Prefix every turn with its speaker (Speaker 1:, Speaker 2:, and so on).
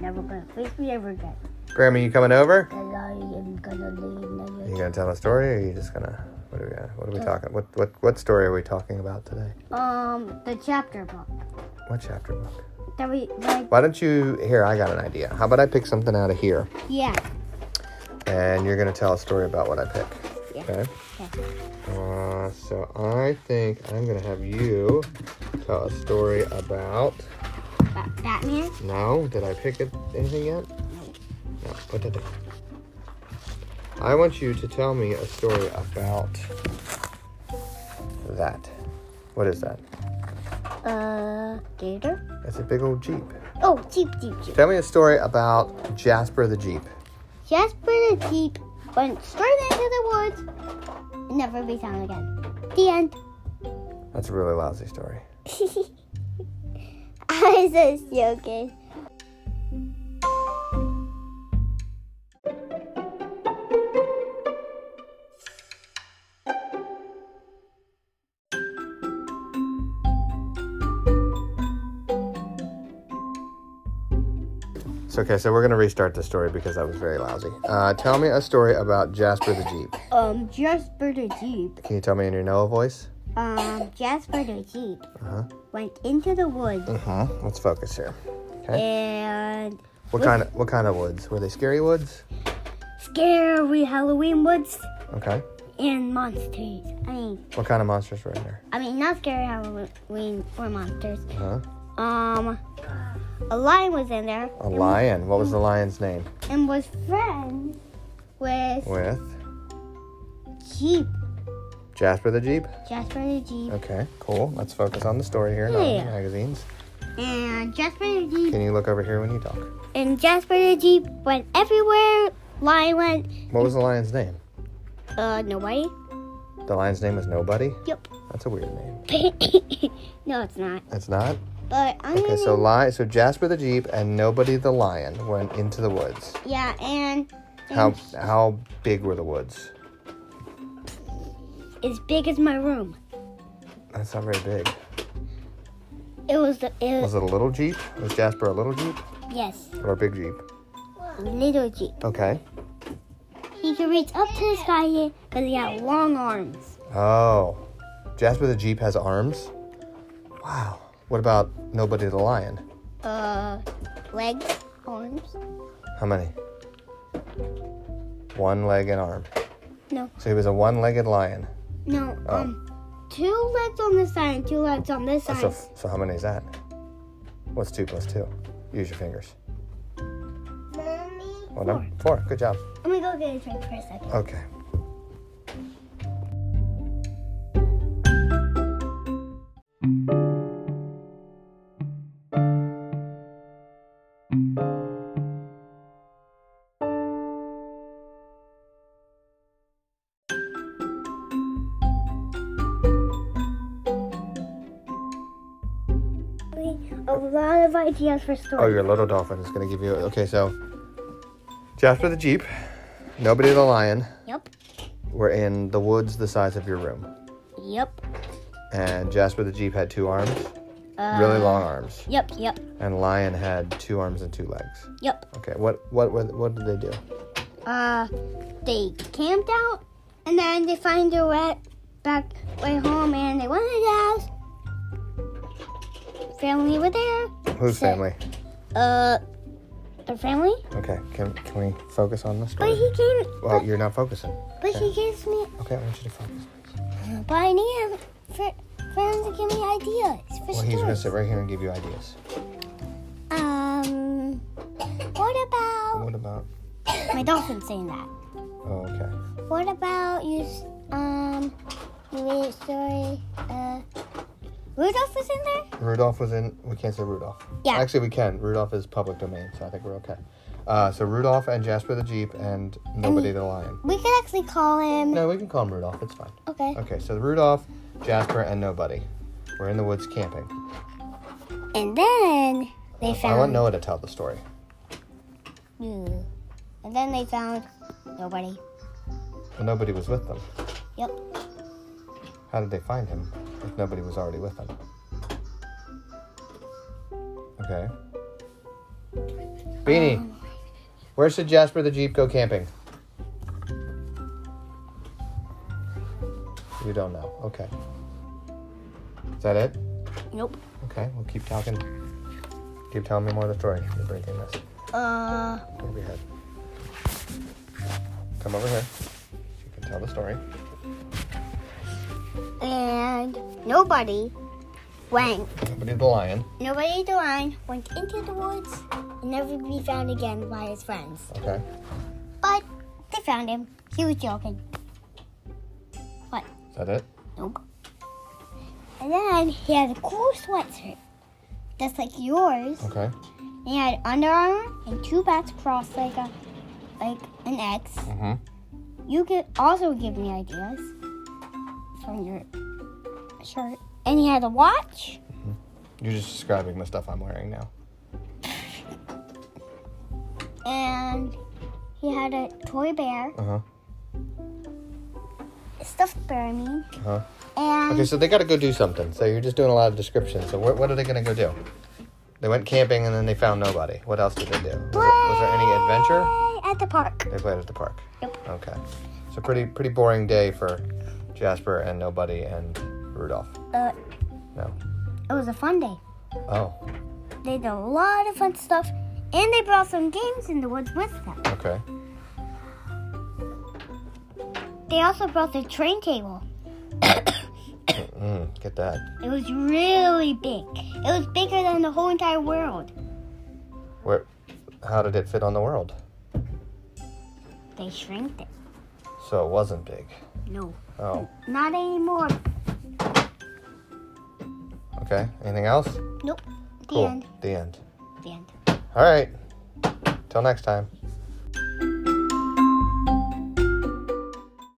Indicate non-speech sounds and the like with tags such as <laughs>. Speaker 1: never gonna face me ever again.
Speaker 2: Grandma, you coming over?
Speaker 1: Cause I am gonna leave
Speaker 2: You
Speaker 1: niggas.
Speaker 2: gonna tell a story, or are you just gonna? What are we gonna? What are we talking? What what what story are we talking about today?
Speaker 1: Um, the chapter book.
Speaker 2: What chapter book?
Speaker 1: That we like.
Speaker 2: Why don't you? Here, I got an idea. How about I pick something out of here,
Speaker 1: Yeah.
Speaker 2: and you're gonna tell a story about what I pick.
Speaker 1: Yeah.
Speaker 2: Okay.
Speaker 1: Okay.
Speaker 2: Uh, so I think I'm gonna have you tell a story about.
Speaker 1: Ba- Batman.
Speaker 2: No, did I pick it, anything yet? No. Put that down. I want you to tell me a story about that. What is that?
Speaker 1: Uh, Gator.
Speaker 2: That's a big old jeep.
Speaker 1: Oh, Jeep, Jeep, Jeep.
Speaker 2: Tell me a story about Jasper the Jeep.
Speaker 1: Jasper the Jeep went straight into the woods. Never be found again. The end. <laughs>
Speaker 2: That's a really lousy story.
Speaker 1: I was just joking.
Speaker 2: So, okay, so we're gonna restart the story because that was very lousy. Uh, tell me a story about Jasper the Jeep.
Speaker 1: Um, Jasper the Jeep.
Speaker 2: Can you tell me in your Noah voice?
Speaker 1: Um, Jasper the Jeep
Speaker 2: Uh-huh.
Speaker 1: went into the woods
Speaker 2: Uh huh. Let's focus here.
Speaker 1: and
Speaker 2: What kind of what kind of woods? Were they scary woods?
Speaker 1: scary Halloween woods
Speaker 2: Okay.
Speaker 1: and monsters. I mean,
Speaker 2: What kind of monsters were in there?
Speaker 1: I mean, not scary Halloween or monsters.
Speaker 2: Huh?
Speaker 1: Um, a lion was in there
Speaker 2: A lion. What was the lion's name?
Speaker 1: and was friends with
Speaker 2: With
Speaker 1: Jeep.
Speaker 2: Jasper the Jeep.
Speaker 1: Jasper the Jeep.
Speaker 2: Okay, cool. Let's focus on the story here, not on
Speaker 1: Yeah.
Speaker 2: the magazines.
Speaker 1: And Jasper the Jeep
Speaker 2: Can you look over here when you talk?
Speaker 1: and Jasper the Jeep went everywhere. Lion went.
Speaker 2: What was the lion's name?
Speaker 1: Uh, nobody. <coughs>
Speaker 2: The lion's name was Nobody.
Speaker 1: Yep.
Speaker 2: That's a weird name.
Speaker 1: no, it's not.
Speaker 2: That's not.
Speaker 1: But I'm
Speaker 2: Okay,
Speaker 1: gonna.
Speaker 2: so li- so Jasper the Jeep and Nobody the lion went into the woods.
Speaker 1: yeah, and
Speaker 2: How how big were the woods?
Speaker 1: as big as my room.
Speaker 2: That's not very big.
Speaker 1: It was. the- It was
Speaker 2: Was it a little Jeep? Was Jasper a little Jeep
Speaker 1: yes,
Speaker 2: or a big Jeep?
Speaker 1: little Jeep.
Speaker 2: Okay.
Speaker 1: He could reach up to the sky here because he had long arms.
Speaker 2: Oh, Jasper the Jeep has arms. Wow. What about Nobody the lion?
Speaker 1: Uh, legs, arms.
Speaker 2: How many? One leg and arm.
Speaker 1: No.
Speaker 2: So he was a one-legged lion.
Speaker 1: No.
Speaker 2: Oh.
Speaker 1: Um, two legs on this side and two legs on this side.
Speaker 2: So, so how many is that? What's two plus two? Use your fingers.
Speaker 1: Mommy.
Speaker 2: Well, no, four. Good job.
Speaker 1: Let me go get a drink for a second.
Speaker 2: Okay.
Speaker 1: A lot of ideas for
Speaker 2: Oh,
Speaker 1: stories.
Speaker 2: your little dolphin is gonna give you. Okay, so Jasper the Jeep, Nobody the lion
Speaker 1: Yep.
Speaker 2: were in the woods the size of your room,
Speaker 1: Yep.
Speaker 2: and Jasper the Jeep had two arms,
Speaker 1: uh,
Speaker 2: really long arms,
Speaker 1: Yep. Yep.
Speaker 2: and lion had two arms and two legs.
Speaker 1: Yep.
Speaker 2: Okay. What what what, what did they do?
Speaker 1: Uh, they camped out, and then they find their way back way home, and they went to the house. Family were there.
Speaker 2: Whose
Speaker 1: Say-
Speaker 2: family?
Speaker 1: Uh, their family.
Speaker 2: Okay. Can can we focus on the
Speaker 1: But
Speaker 2: story?
Speaker 1: he came.
Speaker 2: Well, you're not focusing.
Speaker 1: But he gives me.
Speaker 2: Okay, I want you to focus.
Speaker 1: But I need him for friends to give me ideas for
Speaker 2: Well,
Speaker 1: stories.
Speaker 2: he's gonna sit right here and give you ideas.
Speaker 1: Um, what about
Speaker 2: What about?
Speaker 1: my dolphin saying that?
Speaker 2: Oh, okay.
Speaker 1: What about you? s- Um, you read a story. Uh, Rudolph was in there.
Speaker 2: Rudolph was in. We can't say Rudolph.
Speaker 1: Yeah.
Speaker 2: Actually, we can. Rudolph is public domain, so I think we're okay. Uh, so Rudolph and Jasper the Jeep and Nobody the Lion.
Speaker 1: We could actually call him.
Speaker 2: No, we can call him Rudolph. It's fine.
Speaker 1: Okay.
Speaker 2: Okay, so Rudolph, Jasper, and Nobody. We're in the woods camping.
Speaker 1: And then they
Speaker 2: I want
Speaker 1: found.
Speaker 2: Noah to tell the story.
Speaker 1: you. And then they found nobody.
Speaker 2: Well, nobody was with them.
Speaker 1: Yep.
Speaker 2: How did they find him if nobody was already with them? Okay. Beanie, where should Jasper the Jeep go camping? You don't know. Okay. Is that it?
Speaker 1: Nope.
Speaker 2: Okay, we'll keep talking. Keep telling me more of the story. You're breaking this.
Speaker 1: Uh,
Speaker 2: Over your head. Come over here. You can tell the story.
Speaker 1: and nobody went.
Speaker 2: Nobody the lion.
Speaker 1: Nobody the lion went into the woods and never be found again by his friends.
Speaker 2: Okay.
Speaker 1: But they found him. He was joking. What?
Speaker 2: Is that it?
Speaker 1: Nope. And then he had a cool sweatshirt, just like yours.
Speaker 2: Okay.
Speaker 1: And he had Under Armour and two bats crossed like a, like an X.
Speaker 2: Mm-hmm.
Speaker 1: You could also give me ideas from your shirt. And he had a watch.
Speaker 2: You're just describing the stuff I'm wearing now.
Speaker 1: and he had a toy bear,
Speaker 2: Uh-huh.
Speaker 1: a stuffed bear, I mean.
Speaker 2: Uh-huh.
Speaker 1: And
Speaker 2: Okay, so they got to go do something. So you're just doing a lot of description. So what, what are they going to go do? They went camping and then they found nobody. What else did they do? Was, it- was there any adventure?
Speaker 1: play at the park.
Speaker 2: They played at the park.
Speaker 1: Yep.
Speaker 2: Okay. So pretty pretty boring day for Jasper and nobody and Rudolph.
Speaker 1: Uh,
Speaker 2: No.
Speaker 1: it was a fun day.
Speaker 2: Oh.
Speaker 1: They did a lot of fun stuff, and they brought some games in the woods with them.
Speaker 2: Okay.
Speaker 1: They also brought the train table. <coughs>
Speaker 2: Mm, get that.
Speaker 1: It was really big. It was bigger than the whole entire world.
Speaker 2: Where? How did it fit on the world?
Speaker 1: They shrinked it.
Speaker 2: So it wasn't big.
Speaker 1: No,
Speaker 2: Oh.
Speaker 1: not anymore.
Speaker 2: Okay. Anything else?
Speaker 1: Nope. The end.
Speaker 2: The end.
Speaker 1: The end.
Speaker 2: All right. Till next time.